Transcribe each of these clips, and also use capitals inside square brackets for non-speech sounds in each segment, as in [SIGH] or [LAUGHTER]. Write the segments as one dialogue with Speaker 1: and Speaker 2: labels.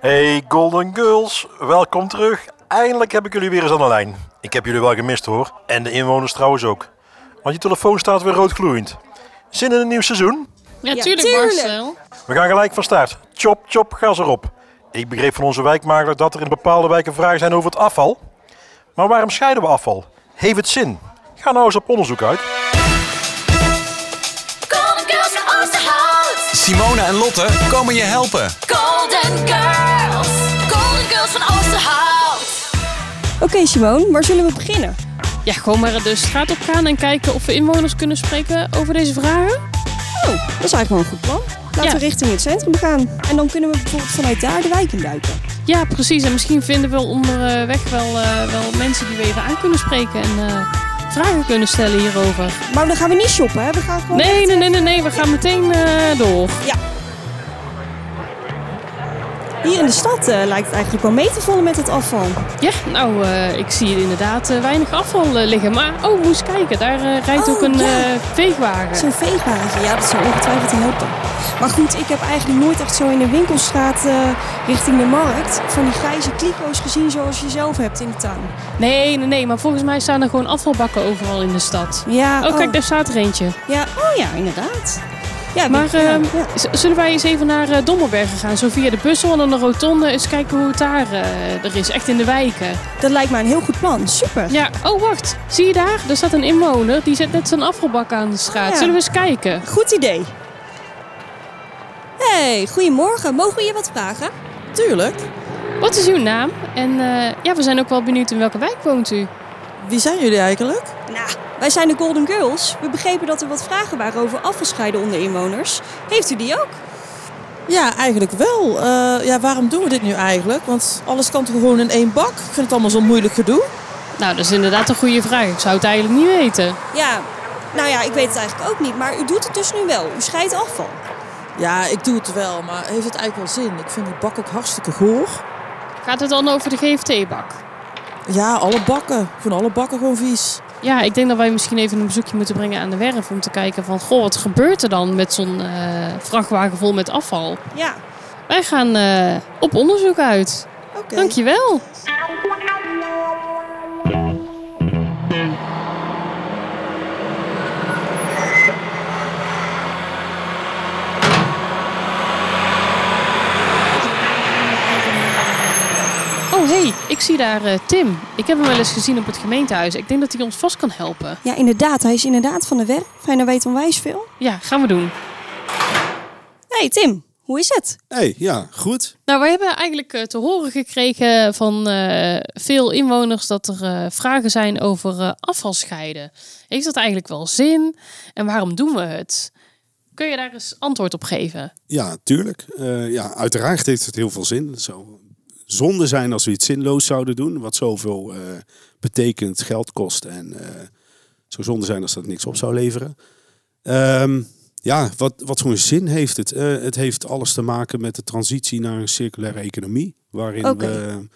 Speaker 1: Hey Golden Girls, welkom terug. Eindelijk heb ik jullie weer eens aan de lijn. Ik heb jullie wel gemist hoor. En de inwoners trouwens ook. Want je telefoon staat weer roodgloeiend. Zin in een nieuw seizoen?
Speaker 2: Ja,
Speaker 3: Ja,
Speaker 2: tuurlijk,
Speaker 3: tuurlijk.
Speaker 2: Marcel.
Speaker 1: We gaan gelijk van start. Chop, chop, gas erop. Ik begreep van onze wijkmaker dat er in bepaalde wijken vragen zijn over het afval. Maar waarom scheiden we afval? Heeft het zin? Ga nou eens op onderzoek uit.
Speaker 3: Golden Girls van Oosterhout.
Speaker 4: Simone en Lotte komen je helpen.
Speaker 3: Golden Girls. Golden Girls van Oosterhout.
Speaker 5: Oké Simone, waar zullen we beginnen?
Speaker 2: Ja, gewoon maar de straat op gaan en kijken of we inwoners kunnen spreken over deze vragen.
Speaker 5: Oh, dat is eigenlijk wel een goed plan. Laten
Speaker 2: Ja.
Speaker 5: we richting het centrum gaan. En dan kunnen we bijvoorbeeld vanuit daar de wijk induiken.
Speaker 2: Ja, precies. En misschien vinden we onderweg wel, eh, wel mensen die we even aan kunnen spreken en eh, vragen kunnen stellen hierover.
Speaker 5: Maar dan gaan we niet shoppen, hè? We gaan gewoon...
Speaker 2: Nee, nee, nee, nee, nee. We gaan meteen eh, door.
Speaker 5: Hier in de stad eh, lijkt het eigenlijk wel mee te vallen met het afval.
Speaker 2: Ja, nou, eh, ik zie hier inderdaad eh, weinig afval eh, liggen. Maar, oh, moest kijken. Daar eh, rijdt
Speaker 5: Oh,
Speaker 2: ook een
Speaker 5: ja.
Speaker 2: eh, veegwagen.
Speaker 5: Zo'n veegwagentje, ja, dat zou ongetwijfeld helpen. Maar goed, ik heb eigenlijk nooit echt zo in de winkelstraat eh, richting de markt... van die grijze kliko's gezien zoals je zelf hebt in de tuin.
Speaker 2: Nee, nee, nee. Maar volgens mij staan er gewoon afvalbakken overal in de stad.
Speaker 5: Ja,
Speaker 2: Oh, kijk, daar staat er eentje.
Speaker 5: Ja, oh ja, inderdaad. Ja,
Speaker 2: Maar
Speaker 5: ik- ja,
Speaker 2: ehm,
Speaker 5: ja.
Speaker 2: z- zullen wij eens even naar eh, Dommelbergen gaan? Zo via de bussel en dan de rotonde. Eens kijken hoe het daar eh, er is. Echt in de wijken.
Speaker 5: dat lijkt mij een heel goed plan. Super.
Speaker 2: Ja, oh wacht. Zie je daar? Er staat een inwoner. Die zet net zijn afvalbak aan de straat.
Speaker 5: Ja.
Speaker 2: Zullen we eens kijken?
Speaker 5: Goed idee. Hey, goedemorgen. Mogen we je wat vragen?
Speaker 6: Tuurlijk.
Speaker 2: Wat is uw naam? En eh, ja, we zijn ook wel benieuwd in welke wijk woont u.
Speaker 6: Wie zijn jullie eigenlijk?
Speaker 5: Nou, wij zijn de Golden Girls. We begrepen dat er wat vragen waren over afvalscheiden onder inwoners. Heeft u die ook?
Speaker 6: Ja, eigenlijk wel. Eh, ja, waarom doen we dit nu eigenlijk? Want alles kan toch gewoon in één bak? Ik vind het allemaal zo'n moeilijk gedoe.
Speaker 2: Nou, dat is inderdaad een goede vraag. Ik zou het eigenlijk niet weten.
Speaker 5: Ja, nou ja, ik weet het eigenlijk ook niet. Maar u doet het dus nu wel. U scheidt afval.
Speaker 6: Ja, ik doe het wel, maar heeft het eigenlijk wel zin? Ik vind die bak ook hartstikke goor.
Speaker 2: Gaat het dan over de GFT-bak?
Speaker 6: Ja, alle bakken. Ik vind alle bakken gewoon vies.
Speaker 2: Ja, ik denk dat wij misschien even een bezoekje moeten brengen aan de werf. Om te kijken van, goh, wat gebeurt er dan met zo'n eh, vrachtwagen vol met afval?
Speaker 5: Ja,
Speaker 2: Wij gaan eh, op onderzoek uit.
Speaker 6: Oké.
Speaker 2: Dankjewel. Oh, Oh, hey, ik zie daar eh, Tim. Ik heb hem wel eens gezien op het gemeentehuis. Ik denk dat hij ons vast kan helpen.
Speaker 5: ja inderdaad. Hij is inderdaad van de werf. Hij nou weet onwijs veel.
Speaker 2: Ja, gaan we doen.
Speaker 5: hey, Tim. Hoe is het?
Speaker 7: hey, ja, goed.
Speaker 2: Nou, wij hebben eigenlijk eh, te horen gekregen van eh, veel inwoners dat er eh, vragen zijn over eh, afvalscheiden. Heeft dat eigenlijk wel zin? En waarom doen we het? Kun je daar eens antwoord op geven?
Speaker 7: Ja, tuurlijk. Eh, ja, uiteraard heeft het heel veel zin. Het zou zonde zijn als we iets zinloos zouden doen, wat zoveel eh, betekent, geld kost. En eh, het zou zonde zijn als dat niks op zou leveren. Ehm, ja, wat, wat voor een zin heeft het? Eh, het heeft alles te maken met de transitie naar een circulaire economie, waarin
Speaker 5: Oké.
Speaker 7: we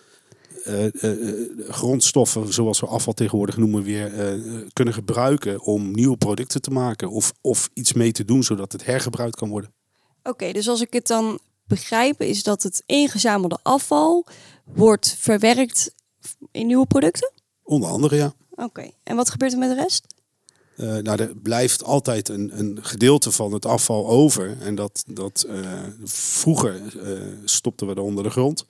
Speaker 7: eh, eh, eh, grondstoffen, zoals we afval tegenwoordig noemen, weer eh, eh, kunnen gebruiken om nieuwe producten te maken of, of iets mee te doen zodat het hergebruikt kan worden.
Speaker 5: Oké, dus als ik het dan begrijp, is dat het ingezamelde afval wordt verwerkt in nieuwe producten?
Speaker 7: Onder andere, ja.
Speaker 5: Oké, en wat gebeurt er met de rest?
Speaker 7: Eh, nou, er blijft altijd een, een gedeelte van het afval over. En dat, dat eh, vroeger eh, stopten we er onder de grond.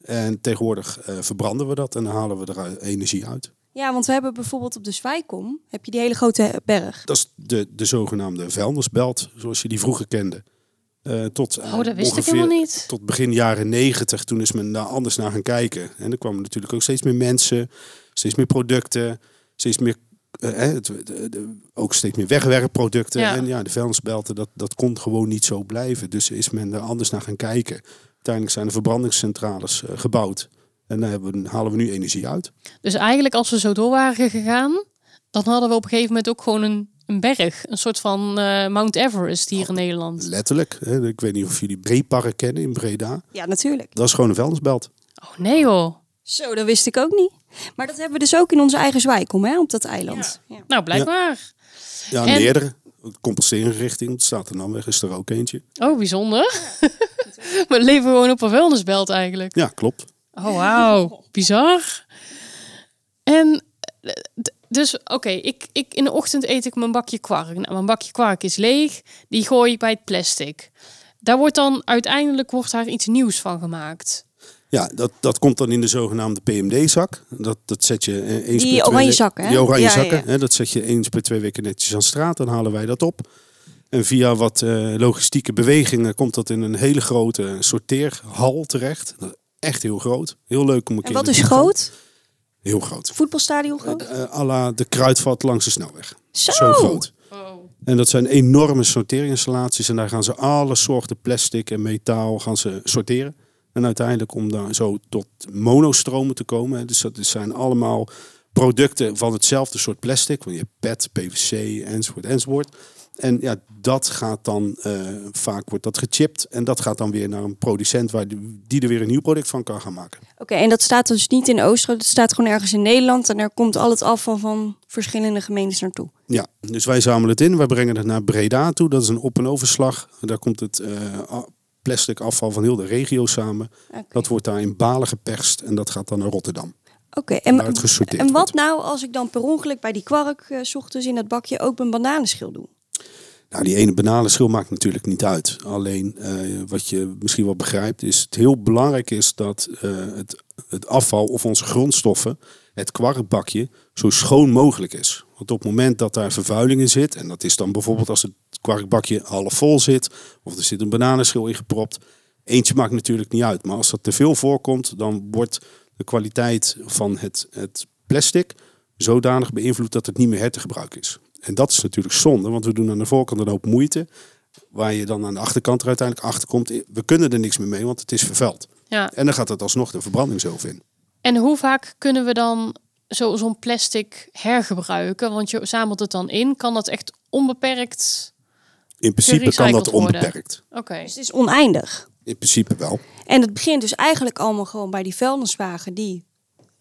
Speaker 7: En tegenwoordig eh, verbranden we dat en dan halen we er eh, energie uit.
Speaker 5: Ja, want we hebben bijvoorbeeld op de Zwijkom, heb je die hele grote berg.
Speaker 7: Dat is de, de zogenaamde vuilnisbelt, zoals je die vroeger kende. Eh, tot, eh,
Speaker 2: Oh, dat wist ik
Speaker 7: ongeveer
Speaker 2: helemaal niet.
Speaker 7: Tot begin jaren negentig, toen is men daar anders naar gaan kijken. En er kwamen natuurlijk ook steeds meer mensen, steeds meer producten, steeds meer, eh, hè, het- de- de- ook steeds meer wegwerpproducten.
Speaker 2: Ja.
Speaker 7: En ja, de vuilnisbelten, dat, dat kon gewoon niet zo blijven. Dus is men daar anders naar gaan kijken. Uiteindelijk zijn er verbrandingscentrales eh, gebouwd. En daar hebben we- halen we nu energie uit.
Speaker 2: Dus eigenlijk als we zo door waren gegaan, dan hadden we op een gegeven moment ook gewoon een, een berg. Een soort van eh, Mount Everest hier in Nederland.
Speaker 7: Letterlijk. Hè. Ik weet niet of jullie Breepark kennen in Breda.
Speaker 5: Ja, natuurlijk.
Speaker 7: Dat is gewoon een vuilnisbelt.
Speaker 2: Oh nee joh.
Speaker 5: Zo, dat wist ik ook niet. Maar dat hebben we dus ook in onze eigen Zwijkom, hè, op dat eiland. Ja.
Speaker 2: Nou, blijkbaar.
Speaker 7: Ja,
Speaker 2: En-
Speaker 7: meerdere. Compenserende richting, want staat er dan weg, is er ook eentje.
Speaker 2: Oh, bijzonder. [LAUGHS] We leven gewoon op een vuilnisbelt eigenlijk.
Speaker 7: Ja, klopt.
Speaker 2: Oh, wauw. Bizar. En eh, d- dus, oké, ik, ik, in de ochtend eet ik mijn bakje kwark. Nou, mijn bakje kwark is leeg. Die gooi ik bij het plastic. Daar wordt dan uiteindelijk wordt daar iets nieuws van gemaakt.
Speaker 7: Ja, dat, dat komt dan in de zogenaamde PMD-zak. Dat, dat zet je eh, eens per twee
Speaker 5: oranje
Speaker 7: weken-
Speaker 5: zakken, hè?
Speaker 7: Die oranje
Speaker 5: Ja, ja,
Speaker 7: zakken.
Speaker 5: ja.
Speaker 7: Hè, dat zet je eens per twee weken netjes aan straat. Dan halen wij dat op. En via wat eh, logistieke bewegingen komt dat in een hele grote eh, sorteerhal terecht. Dat is Echt heel groot. Heel leuk om een keer...
Speaker 5: En wat
Speaker 7: naartoe
Speaker 5: is
Speaker 7: te gaan.
Speaker 5: groot?
Speaker 7: Heel groot.
Speaker 5: Voetbalstadion groot?
Speaker 7: Eh à la de kruidvat langs de snelweg.
Speaker 5: Zo!
Speaker 7: Zo groot. En dat zijn enorme sorteerinstallaties. En daar gaan ze alle soorten plastic en metaal gaan ze sorteren. En uiteindelijk om daar zo tot monostromen te komen. hè, Dus dat is- zijn allemaal producten van hetzelfde soort plastic. Want je hebt PET, PVC, enzovoort, enzovoort. En ja, dat gaat dan eh, vaak wordt dat gechipt. En dat gaat dan weer naar een producent waar die, die er weer een nieuw product van kan gaan maken.
Speaker 5: Oké, en dat staat dus niet in Oostenrijk, dat staat gewoon ergens in Nederland. En daar komt al het afval van verschillende gemeentes naartoe.
Speaker 7: Ja, dus wij zamelen het in. Wij brengen het naar Breda toe. Dat is een op- en overslag. Daar komt het eh, a- plastic afval van heel de regio samen.
Speaker 5: Oké.
Speaker 7: Dat wordt daar in balen geperst en dat gaat dan naar Rotterdam.
Speaker 5: Oké, en,
Speaker 7: Waar het gesorteerd
Speaker 5: en wat
Speaker 7: wordt.
Speaker 5: nou als ik dan per ongeluk bij die kwark eh, 's ochtends in dat bakje ook mijn bananenschil doe?
Speaker 7: Nou, die ene banale schil maakt natuurlijk niet uit. Alleen eh, wat je misschien wel begrijpt is het heel belangrijk is dat eh, het, het afval of onze grondstoffen, het kwarkbakje, zo schoon mogelijk is. Want op het moment dat daar vervuiling in zit, en dat is dan bijvoorbeeld als het kwarkbakje half vol zit, of er zit een bananenschil in gepropt, eentje maakt natuurlijk niet uit. Maar als dat te veel voorkomt, dan wordt de kwaliteit van het, het plastic zodanig beïnvloed dat het niet meer her te gebruiken is. En dat is natuurlijk zonde, want we doen aan de voorkant een hoop moeite. Waar je dan aan de achterkant er uiteindelijk achter komt. We kunnen er niks meer mee, want het is vervuild.
Speaker 2: Ja.
Speaker 7: En dan gaat het alsnog de verbrandingsoven in.
Speaker 2: En hoe vaak kunnen we dan zo- zo'n plastic hergebruiken? Want je zamelt het dan in. Kan dat echt onbeperkt?
Speaker 7: In principe kan dat
Speaker 2: Gerecycled worden.
Speaker 7: onbeperkt.
Speaker 2: Oké.
Speaker 5: Dus het is oneindig.
Speaker 7: In principe wel.
Speaker 5: En het begint dus eigenlijk allemaal gewoon bij die vuilniswagen die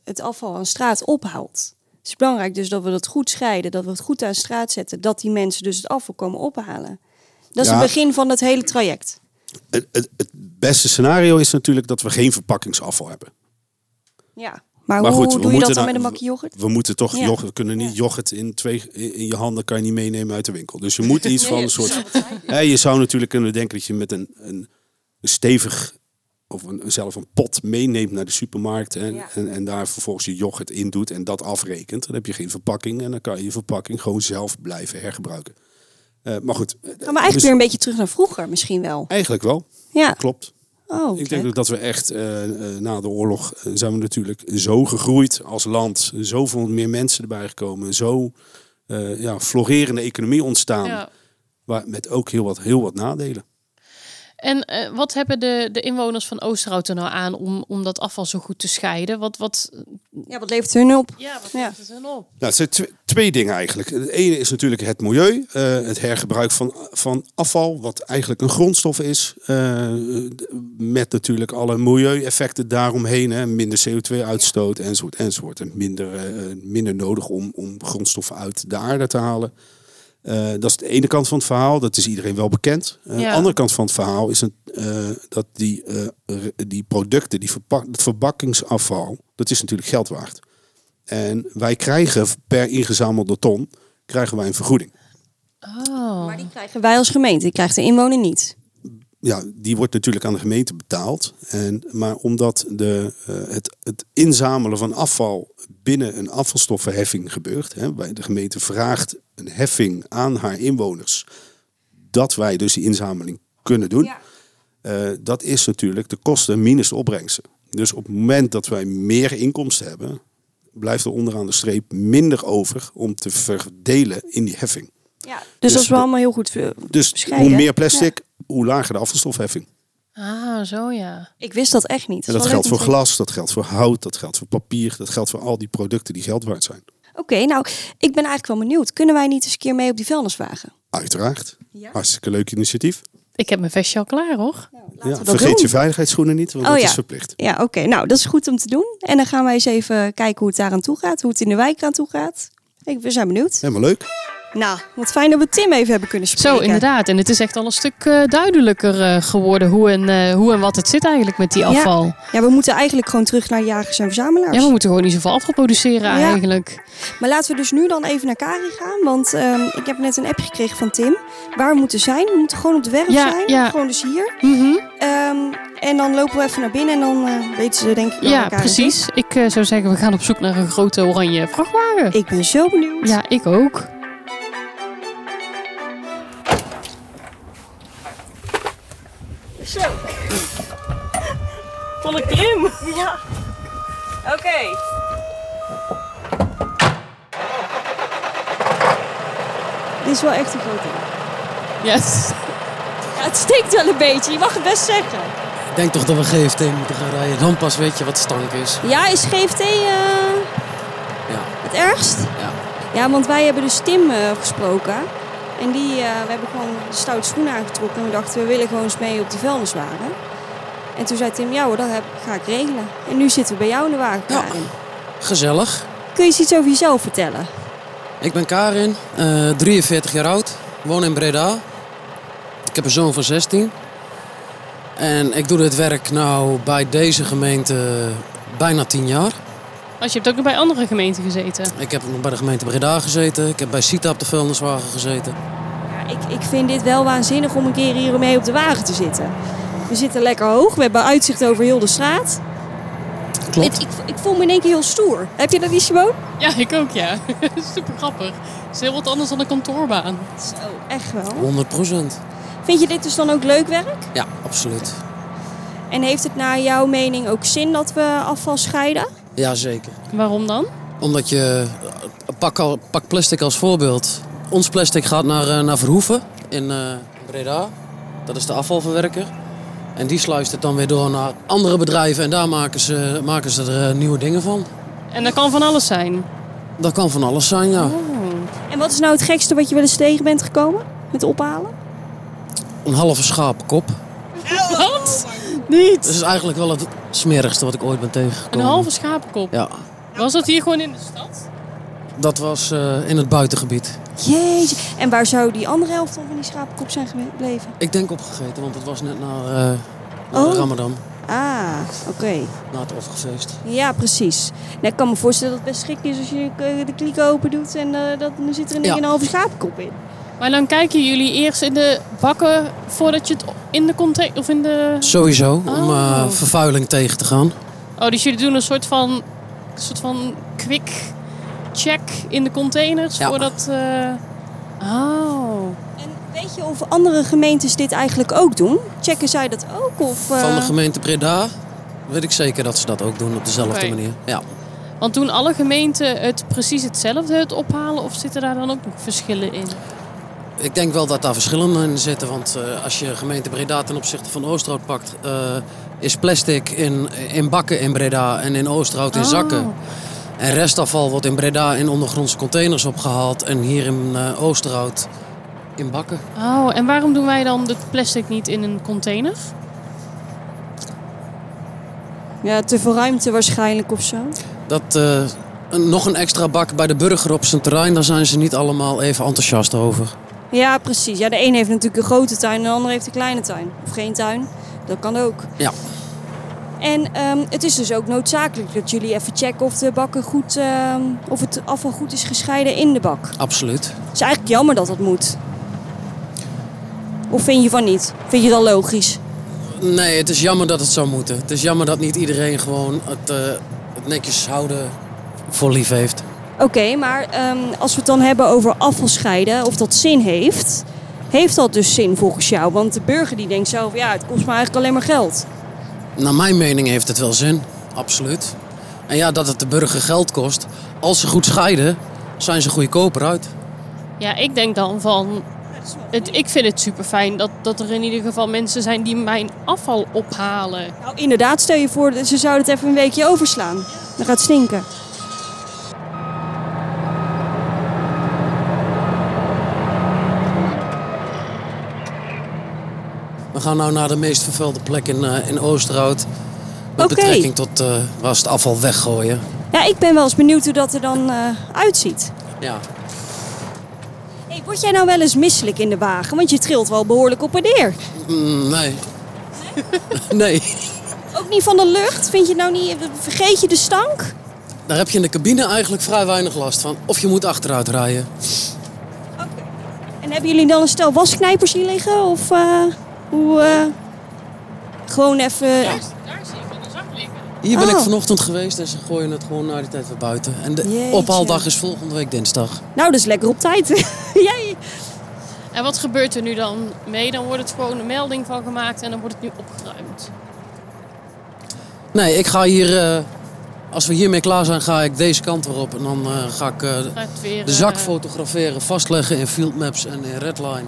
Speaker 5: het afval aan straat ophaalt. Het is belangrijk dus dat we dat goed scheiden, dat we het goed aan straat zetten, dat die mensen dus het afval komen ophalen. Dat is
Speaker 7: Ja.
Speaker 5: het begin van dat hele traject.
Speaker 7: Het, het, het beste scenario is natuurlijk dat we geen verpakkingsafval hebben.
Speaker 5: Ja. Maar,
Speaker 7: Maar
Speaker 5: hoe
Speaker 7: goed,
Speaker 5: doe je
Speaker 7: we
Speaker 5: dat
Speaker 7: moeten
Speaker 5: dan
Speaker 7: daar-
Speaker 5: met een bakje yoghurt?
Speaker 7: We moeten toch
Speaker 5: Ja.
Speaker 7: yoghurt, we kunnen niet yoghurt in, twee, in in je handen kan je niet meenemen uit de winkel. Dus je
Speaker 5: [LAUGHS]
Speaker 7: moet iets van een soort. Hè, je zou natuurlijk kunnen denken dat je met een, een, een stevig of een, zelf een pot meeneemt naar de supermarkt en, en, en daar vervolgens je yoghurt in doet en dat afrekent. Dan heb je geen verpakking en dan kan je je verpakking gewoon zelf blijven hergebruiken. Eh, maar goed, eh,
Speaker 5: Gaan we eigenlijk
Speaker 7: dus
Speaker 5: weer een beetje terug naar vroeger misschien wel.
Speaker 7: eigenlijk wel.
Speaker 5: Ja.
Speaker 7: Klopt.
Speaker 5: Oh,
Speaker 7: Ik
Speaker 5: leuk.
Speaker 7: denk ook dat we echt eh, eh, na de oorlog eh, zijn we natuurlijk zo gegroeid als land. Zoveel meer mensen erbij gekomen. Zo eh, ja, florerende economie ontstaan.
Speaker 2: Ja.
Speaker 7: Maar met ook heel wat, heel wat nadelen.
Speaker 2: En eh, wat hebben de, de inwoners van Oosterhout er nou aan om, om dat afval zo goed te scheiden? Wat, wat,
Speaker 5: Ja, wat levert hun op?
Speaker 2: ja, wat
Speaker 5: Ja.
Speaker 2: levert het hen op?
Speaker 7: Nou, het zijn tw- twee dingen eigenlijk. Het ene is natuurlijk het milieu, eh, het hergebruik van, van afval, wat eigenlijk een grondstof is. eh, d- met natuurlijk alle milieueffecten daaromheen. Hè, minder CO2-uitstoot enzovoort, enzovoort. En minder, eh, eh, minder nodig om, om grondstoffen uit de aarde te halen. Eh, dat is de ene kant van het verhaal, dat is iedereen wel bekend. Eh,
Speaker 2: Ja.
Speaker 7: De andere kant van het verhaal is een, eh, dat die, eh, r- die producten, die verpak, het verpakkingsafval, dat is natuurlijk geld waard. En wij krijgen per ingezamelde ton krijgen wij een vergoeding.
Speaker 5: Maar die krijgen wij als gemeente, die krijgt de inwoner niet.
Speaker 7: Ja, die wordt natuurlijk aan de gemeente betaald. En, maar omdat de, eh, het, het inzamelen van afval binnen een afvalstoffenheffing gebeurt, hè, bij de gemeente vraagt een heffing aan haar inwoners dat wij dus die inzameling kunnen doen. Eh, dat is natuurlijk de kosten minus de opbrengsten. Dus op het moment dat wij meer inkomsten hebben, blijft er onderaan de streep minder over om te verdelen in die heffing.
Speaker 5: Ja. Dus,
Speaker 7: Dus
Speaker 5: dat is
Speaker 7: de-
Speaker 5: wel allemaal heel goed eh,
Speaker 7: Dus
Speaker 5: bescheiden.
Speaker 7: hoe meer plastic, hoe lager de afvalstofheffing.
Speaker 2: Ah, zo ja.
Speaker 5: Ik wist dat echt niet. is
Speaker 7: En dat
Speaker 5: wel
Speaker 7: geldt
Speaker 5: leuk
Speaker 7: voor
Speaker 5: om te-
Speaker 7: glas, dat geldt voor hout, dat geldt voor papier, dat geldt voor al die producten die geld waard zijn.
Speaker 5: Oké, nou, ik ben eigenlijk wel benieuwd. Kunnen wij niet eens een keer mee op die vuilniswagen?
Speaker 7: Uiteraard. Hartstikke leuk initiatief.
Speaker 2: Ik heb mijn vestje al klaar hoor.
Speaker 7: Ja,
Speaker 5: dat
Speaker 7: vergeet
Speaker 5: doen.
Speaker 7: je veiligheidsschoenen niet, want
Speaker 5: Oh
Speaker 7: dat
Speaker 5: ja.
Speaker 7: is verplicht.
Speaker 5: Ja, oké. Nou, dat is goed om te doen. En dan gaan wij eens even kijken hoe het daar aan toe gaat. Hoe het in de wijk aan toe gaat. Ik, we zijn benieuwd.
Speaker 7: Helemaal leuk.
Speaker 5: Nou, wat fijn dat we Tim even hebben kunnen spreken.
Speaker 2: Zo, inderdaad. En het is echt al een stuk eh, duidelijker eh, geworden hoe en, eh, hoe en wat het zit eigenlijk met die
Speaker 5: Ja.
Speaker 2: afval.
Speaker 5: Ja, we moeten eigenlijk gewoon terug naar jagers en verzamelaars.
Speaker 2: Ja, we moeten gewoon niet zoveel afval produceren
Speaker 5: Ja.
Speaker 2: eigenlijk.
Speaker 5: Maar laten we dus nu dan even naar Kari gaan. Want ehm, ik heb net een appje gekregen van Tim. Waar we moeten zijn. We moeten gewoon op de werf
Speaker 2: Ja,
Speaker 5: zijn.
Speaker 2: ja.
Speaker 5: Gewoon dus hier.
Speaker 2: Mhm.
Speaker 5: Ehm, en dan lopen we even naar binnen. En dan eh, weten ze denk ik wel
Speaker 2: Ja,
Speaker 5: elkaar.
Speaker 2: precies. Ik eh, zou zeggen, we gaan op zoek naar een grote oranje vrachtwagen.
Speaker 5: Ik ben zo benieuwd.
Speaker 2: Ja, ik ook.
Speaker 8: Oké.
Speaker 5: Dit is wel echt een grote.
Speaker 2: Yes.
Speaker 5: Ja, het steekt wel een beetje. Je mag het best zeggen.
Speaker 9: Ik denk toch dat we GFT moeten gaan rijden. Dan pas weet je wat stank is.
Speaker 5: Ja, is GFT eh,
Speaker 9: Ja.
Speaker 5: het ergst?
Speaker 9: Ja.
Speaker 5: Ja, want wij hebben dus Tim eh, gesproken. En die, eh, we hebben gewoon de stout schoenen aangetrokken. En we dachten, we willen gewoon eens mee op die vuilniswagen. En toen zei Tim, ja hoor, dat heb, ga ik regelen. En nu zitten we bij jou in de wagen,
Speaker 9: Ja.
Speaker 5: Karin.
Speaker 9: Gezellig.
Speaker 5: Kun je eens iets over jezelf vertellen?
Speaker 9: Ik ben Karin, eh, 43 jaar oud. Woon in Breda. Ik heb een zoon van 16. En ik doe dit werk nou bij deze gemeente bijna 10 jaar.
Speaker 2: Als je hebt ook nog bij andere gemeenten gezeten.
Speaker 9: Ik heb nog bij de gemeente Breda gezeten. Ik heb bij Sita op de vuilniswagen gezeten.
Speaker 5: Ja, ik, ik vind dit wel waanzinnig om een keer hier mee op de wagen te zitten. We zitten lekker hoog, we hebben uitzicht over heel de straat.
Speaker 9: Klopt.
Speaker 5: Het- ik, ik voel me in één keer heel stoer. Heb je dat niet, Simone?
Speaker 2: Ja, ik ook, ja. [LAUGHS] Super grappig. Het is heel wat anders dan een kantoorbaan.
Speaker 5: Echt wel.
Speaker 9: 100 procent.
Speaker 5: Vind je dit dus dan ook leuk werk?
Speaker 9: Ja, absoluut.
Speaker 5: En heeft het naar jouw mening ook zin dat we afval scheiden?
Speaker 9: Jazeker.
Speaker 2: Waarom dan?
Speaker 9: Omdat je, eh, pak, al, pak plastic als voorbeeld. Ons plastic gaat naar, eh, naar Verhoeven in eh, Breda. Dat is de afvalverwerker. En die sluist het dan weer door naar andere bedrijven. En daar maken ze, maken ze er eh, nieuwe dingen van.
Speaker 2: En dat kan van alles zijn.
Speaker 9: Dat kan van alles zijn, ja.
Speaker 5: En wat is nou het gekste wat je wel eens tegen bent gekomen met ophalen?
Speaker 9: Een halve schaapkop.
Speaker 2: Wat? Niet.
Speaker 9: Dat is eigenlijk wel het smerigste wat ik ooit ben
Speaker 2: Een
Speaker 9: tegengekomen.
Speaker 2: halve schapenkop.
Speaker 9: Ja,
Speaker 2: Was dat hier gewoon in de stad?
Speaker 9: dat was eh, in het buitengebied.
Speaker 5: Jezus. En waar zou die andere helft dan van die schapenkop zijn gebleven?
Speaker 9: Ik denk opgegeten, want het was net na, eh, na
Speaker 5: Oh.
Speaker 9: Ramadan.
Speaker 5: Ah, oké.
Speaker 9: Na het offerfeest.
Speaker 5: Ja, precies. Nou, ik kan me voorstellen dat het best schrik is als je eh, de kliek open doet en eh, dat, dan zit er in één
Speaker 9: Ja.
Speaker 5: keer een halve schapenkop in.
Speaker 2: Maar dan kijken jullie eerst in de bakken voordat je het in de container of in de.
Speaker 9: Sowieso, om
Speaker 2: Oh.
Speaker 9: eh, vervuiling tegen te gaan.
Speaker 2: Oh, dus jullie doen een soort van, soort van quick check in de containers
Speaker 9: Ja.
Speaker 2: voordat. eh, Oh.
Speaker 5: En weet je of andere gemeentes dit eigenlijk ook doen? Checken zij dat ook? Of, eh,
Speaker 9: Van de gemeente Breda weet ik zeker dat ze dat ook doen op dezelfde
Speaker 2: Oké.
Speaker 9: manier. Ja.
Speaker 2: Want doen alle gemeenten het precies hetzelfde het ophalen of zitten daar dan ook nog verschillen in?
Speaker 9: Ik denk wel dat daar verschillen in zitten. Want eh, als je gemeente Breda ten opzichte van Oosterhout pakt... eh, is plastic in, in bakken in Breda en in Oosterhout in
Speaker 2: Oh.
Speaker 9: zakken. En restafval wordt in Breda in ondergrondse containers opgehaald... en hier in eh, Oosterhout in bakken.
Speaker 2: Oh, en waarom doen wij dan het plastic niet in een container?
Speaker 5: Ja, te veel ruimte waarschijnlijk of zo.
Speaker 9: Dat... eh, een- nog een extra bak bij de burger op zijn terrein, daar zijn ze niet allemaal even enthousiast over.
Speaker 5: Ja, precies. Ja, de een heeft natuurlijk een grote tuin en de ander heeft een kleine tuin. Of geen tuin. Dat kan ook.
Speaker 9: Ja.
Speaker 5: En ehm, het is dus ook noodzakelijk dat jullie even checken of de bakken goed, ehm, of het afval goed is gescheiden in de bak.
Speaker 9: Absoluut.
Speaker 5: Het is eigenlijk jammer dat dat moet. Of vind je van niet? Vind je dat logisch?
Speaker 9: Nee, het is jammer dat het zou moeten. Het is jammer dat niet iedereen gewoon het, eh, het netjes houden voor lief heeft.
Speaker 5: Oké, maar ehm, als we het dan hebben over afval scheiden, of dat zin heeft, heeft dat dus zin volgens jou? Want de burger die denkt zelf, ja, het kost me eigenlijk alleen maar geld.
Speaker 9: Naar mijn mening heeft het wel zin. Absoluut. En ja, dat het de burger geld kost. Als ze goed scheiden, zijn ze goedkoper uit.
Speaker 2: Ja, ik denk dan van. Het, ik vind het super fijn dat, dat er in ieder geval mensen zijn die mijn afval ophalen.
Speaker 5: Nou, inderdaad, stel je voor, dat ze zouden het even een weekje overslaan. Dan gaat het stinken.
Speaker 9: We gaan nou naar de meest vervuilde plek in, eh, in Oosterhout. Met
Speaker 5: Oké.
Speaker 9: betrekking tot eh, waar ze het afval weggooien.
Speaker 5: Ja, ik ben wel eens benieuwd hoe dat er dan eh, uitziet.
Speaker 9: Ja.
Speaker 5: Hé, Hey, word jij nou wel eens misselijk in de wagen? Want je trilt wel behoorlijk op en neer.
Speaker 9: Mm, nee. [LAUGHS] nee.
Speaker 5: Ook niet van de lucht? Vind je het nou niet... Vergeet je de stank?
Speaker 9: Daar heb je in de cabine eigenlijk vrij weinig last van. Of je moet achteruit rijden.
Speaker 5: En hebben jullie dan een stel wasknijpers hier liggen? Of eh, hoe... eh, gewoon even...
Speaker 2: Daar zie ik van de zak liggen.
Speaker 9: Hier ben
Speaker 5: Oh.
Speaker 9: ik vanochtend geweest en ze gooien het gewoon na die tijd weer buiten. En de
Speaker 5: Jeetje.
Speaker 9: ophaaldag is volgende week dinsdag.
Speaker 5: Nou, dat is lekker op tijd. [LAUGHS] Jij...
Speaker 2: En wat gebeurt er nu dan mee? Dan wordt het gewoon een melding van gemaakt en dan wordt het nu opgeruimd.
Speaker 9: Nee, ik ga hier... eh, als we hiermee klaar zijn, ga ik deze kant erop. En dan eh, ga ik eh,
Speaker 2: Gaat het weer,
Speaker 9: de zak
Speaker 2: eh,
Speaker 9: fotograferen, vastleggen in Field Maps en in Redline.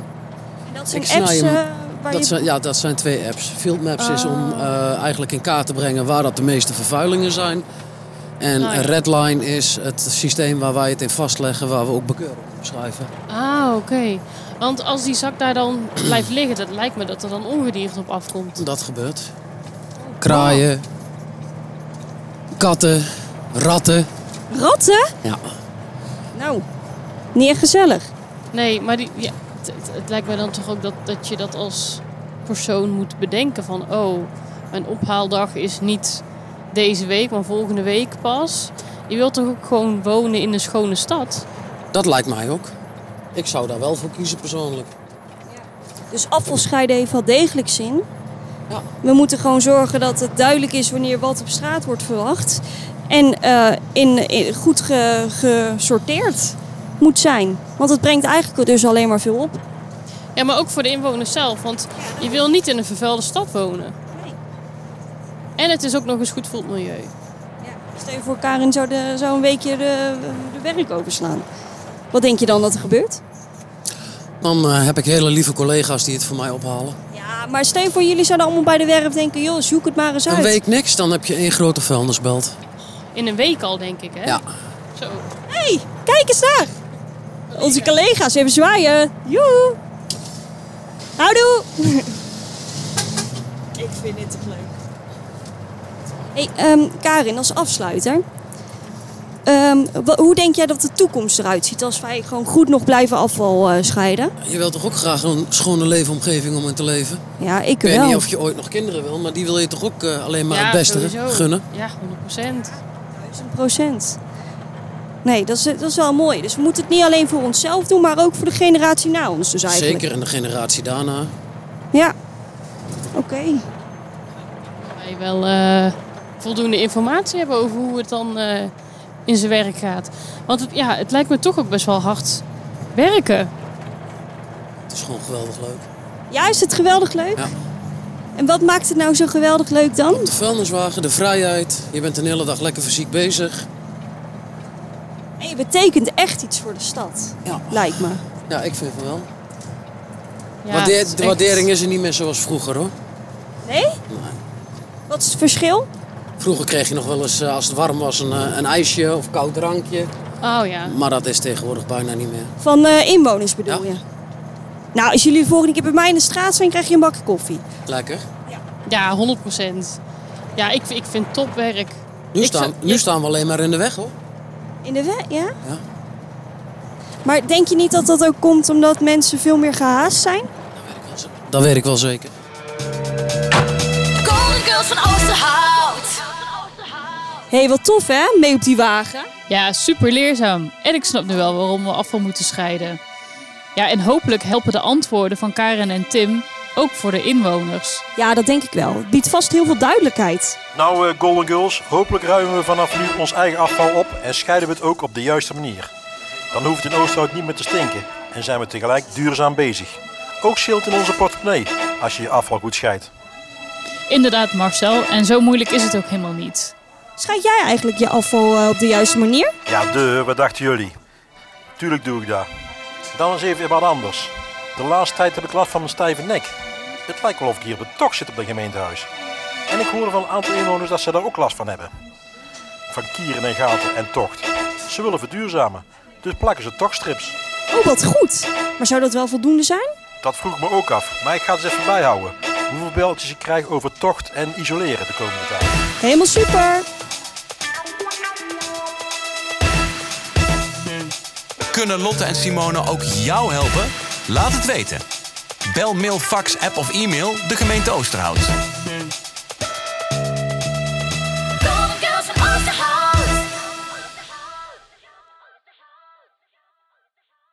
Speaker 5: Dat zijn
Speaker 9: Ik snij
Speaker 5: apps
Speaker 9: hem.
Speaker 5: eh, waar
Speaker 9: Dat
Speaker 5: je...
Speaker 9: zijn, ja, dat zijn twee apps. Field Maps is om eh, eigenlijk in kaart te brengen waar dat de meeste vervuilingen zijn. En
Speaker 2: Oh ja.
Speaker 9: Redline is het systeem waar wij het in vastleggen, waar we ook bekeuring op schrijven.
Speaker 2: Ah, oké. Want als die zak daar dan [CLEARS THROAT] blijft liggen, dat lijkt me dat er dan ongedierte op afkomt.
Speaker 9: Dat gebeurt. Kraaien, katten, ratten.
Speaker 5: Ratten?
Speaker 9: Ja.
Speaker 5: Nou, niet echt gezellig.
Speaker 2: Nee, maar die, ja, het, het- het lijkt mij dan toch ook dat, dat je dat als persoon moet bedenken van... oh, mijn ophaaldag is niet deze week, maar volgende week pas. Je wilt toch ook gewoon wonen in een schone stad?
Speaker 9: Dat lijkt mij ook. Ik zou daar wel voor kiezen persoonlijk.
Speaker 5: Dus afvalscheiden heeft wel degelijk zin.
Speaker 9: Ja.
Speaker 5: We moeten gewoon zorgen dat het duidelijk is wanneer wat op straat wordt verwacht. En eh, in, in- goed ge- gesorteerd moet zijn. Want het brengt eigenlijk dus alleen maar veel op.
Speaker 2: Ja, maar ook voor de inwoners zelf, want je wil niet in een vervuilde stad wonen.
Speaker 5: Nee.
Speaker 2: En het is ook nog eens goed voor het milieu.
Speaker 5: Stel je voor, Karin zou, de, zou een weekje de, de werk overslaan. Wat denk je dan dat er gebeurt?
Speaker 9: Dan eh, heb ik hele lieve collega's die het voor mij ophalen.
Speaker 5: Ja, maar stel je voor, jullie zouden allemaal bij de werf denken... joh, zoek het maar eens uit.
Speaker 9: Een week niks, dan heb je één grote vuilnisbelt.
Speaker 2: In een week al, denk ik, hè?
Speaker 9: Ja.
Speaker 2: Zo.
Speaker 5: hey, kijk eens daar. Onze collega's even zwaaien. Joe. Houdoe. [LAUGHS] Ik vind dit toch leuk. Hey, ehm, Karin, als afsluiter. Ehm, wa- hoe denk jij dat de toekomst eruit ziet als wij gewoon goed nog blijven afval eh, scheiden?
Speaker 9: Je wilt toch ook graag een schone leefomgeving om in te leven?
Speaker 5: Ja, ik
Speaker 9: Ik weet
Speaker 5: wel.
Speaker 9: niet of je ooit nog kinderen wil, maar die wil je toch ook eh, alleen maar
Speaker 2: ja,
Speaker 9: het beste
Speaker 2: sowieso.
Speaker 9: gunnen?
Speaker 2: Ja, 100 procent.
Speaker 5: 1000 procent. Nee, dat is, dat is wel mooi. Dus we moeten het niet alleen voor onszelf doen, maar ook voor de generatie na ons. Dus eigenlijk.
Speaker 9: Zeker in de generatie daarna.
Speaker 5: Ja. Oké.
Speaker 2: Wij wel eh, voldoende informatie hebben over hoe het dan eh, in zijn werk gaat. Want het, ja, het lijkt me toch ook best wel hard werken.
Speaker 9: Het is gewoon geweldig leuk.
Speaker 5: Ja, is het geweldig leuk?
Speaker 9: Ja.
Speaker 5: En wat maakt het nou zo geweldig leuk dan?
Speaker 9: De vuilniswagen, de vrijheid. Je bent een hele dag lekker fysiek bezig.
Speaker 5: Hey, je betekent echt iets voor de stad,
Speaker 9: Ja,
Speaker 5: lijkt me.
Speaker 9: ja ik vind van wel.
Speaker 2: Ja,
Speaker 9: Waardeer-
Speaker 2: het is
Speaker 9: de
Speaker 2: echt-
Speaker 9: waardering is er niet meer zoals vroeger hoor.
Speaker 5: Nee? Wat is het verschil?
Speaker 9: Vroeger kreeg je nog wel eens, eh, als het warm was, een, eh, een ijsje of koud drankje.
Speaker 2: Oh ja.
Speaker 9: Maar dat is tegenwoordig bijna niet meer.
Speaker 5: Van eh, inwoners bedoel
Speaker 9: Ja.
Speaker 5: je? Nou, als jullie de volgende keer bij mij in de straat zijn, krijg je een bakje koffie.
Speaker 9: Lekker.
Speaker 2: Ja, 100 procent. Ja, ik, ik vind topwerk.
Speaker 9: Nu,
Speaker 2: Ik
Speaker 9: staan,
Speaker 2: zou-
Speaker 9: nu staan we alleen maar in de weg hoor.
Speaker 5: In de weg, ja?
Speaker 9: Ja.
Speaker 5: Maar denk je niet dat dat ook komt omdat mensen veel meer gehaast zijn?
Speaker 9: Dat weet ik wel zeker.
Speaker 3: Golden Girls van Oosterhout.
Speaker 5: Hé, hey, wat tof hè, mee op die wagen.
Speaker 2: Ja, super leerzaam. En ik snap nu wel waarom we afval moeten scheiden. Ja, en hopelijk helpen de antwoorden van Karen en Tim ook voor de inwoners.
Speaker 5: Ja, dat denk ik wel. Het biedt vast heel veel duidelijkheid.
Speaker 1: Nou, eh, Golden Girls, hopelijk ruimen we vanaf nu ons eigen afval op en scheiden we het ook op de juiste manier. Dan hoeft het in Oosterhout niet meer te stinken en zijn we tegelijk duurzaam bezig. Ook scheelt in onze portemonnee als je je afval goed scheidt.
Speaker 2: Inderdaad, Marcel. En zo moeilijk is het ook helemaal niet.
Speaker 5: Scheid jij eigenlijk je afval eh, op de juiste manier?
Speaker 1: Ja, de, wat dachten jullie? Tuurlijk doe ik dat. Dan eens even wat anders. De laatste tijd heb ik last van mijn stijve nek. Het lijkt wel of ik hier op het toch zit op het gemeentehuis. En ik hoorde van een aantal inwoners dat ze daar ook last van hebben. Van kieren en gaten en tocht. Ze willen verduurzamen, dus plakken ze tochtstrips.
Speaker 5: Oh, wat goed. Maar zou dat wel voldoende zijn?
Speaker 1: Dat vroeg ik me ook af, maar ik ga het eens even bijhouden. Hoeveel beltjes ik krijg over tocht en isoleren de komende tijd.
Speaker 5: Helemaal super.
Speaker 4: Kunnen Lotte en Simone ook jou helpen? Laat het weten. Bel, mail, fax, app of e-mail de gemeente Oosterhout.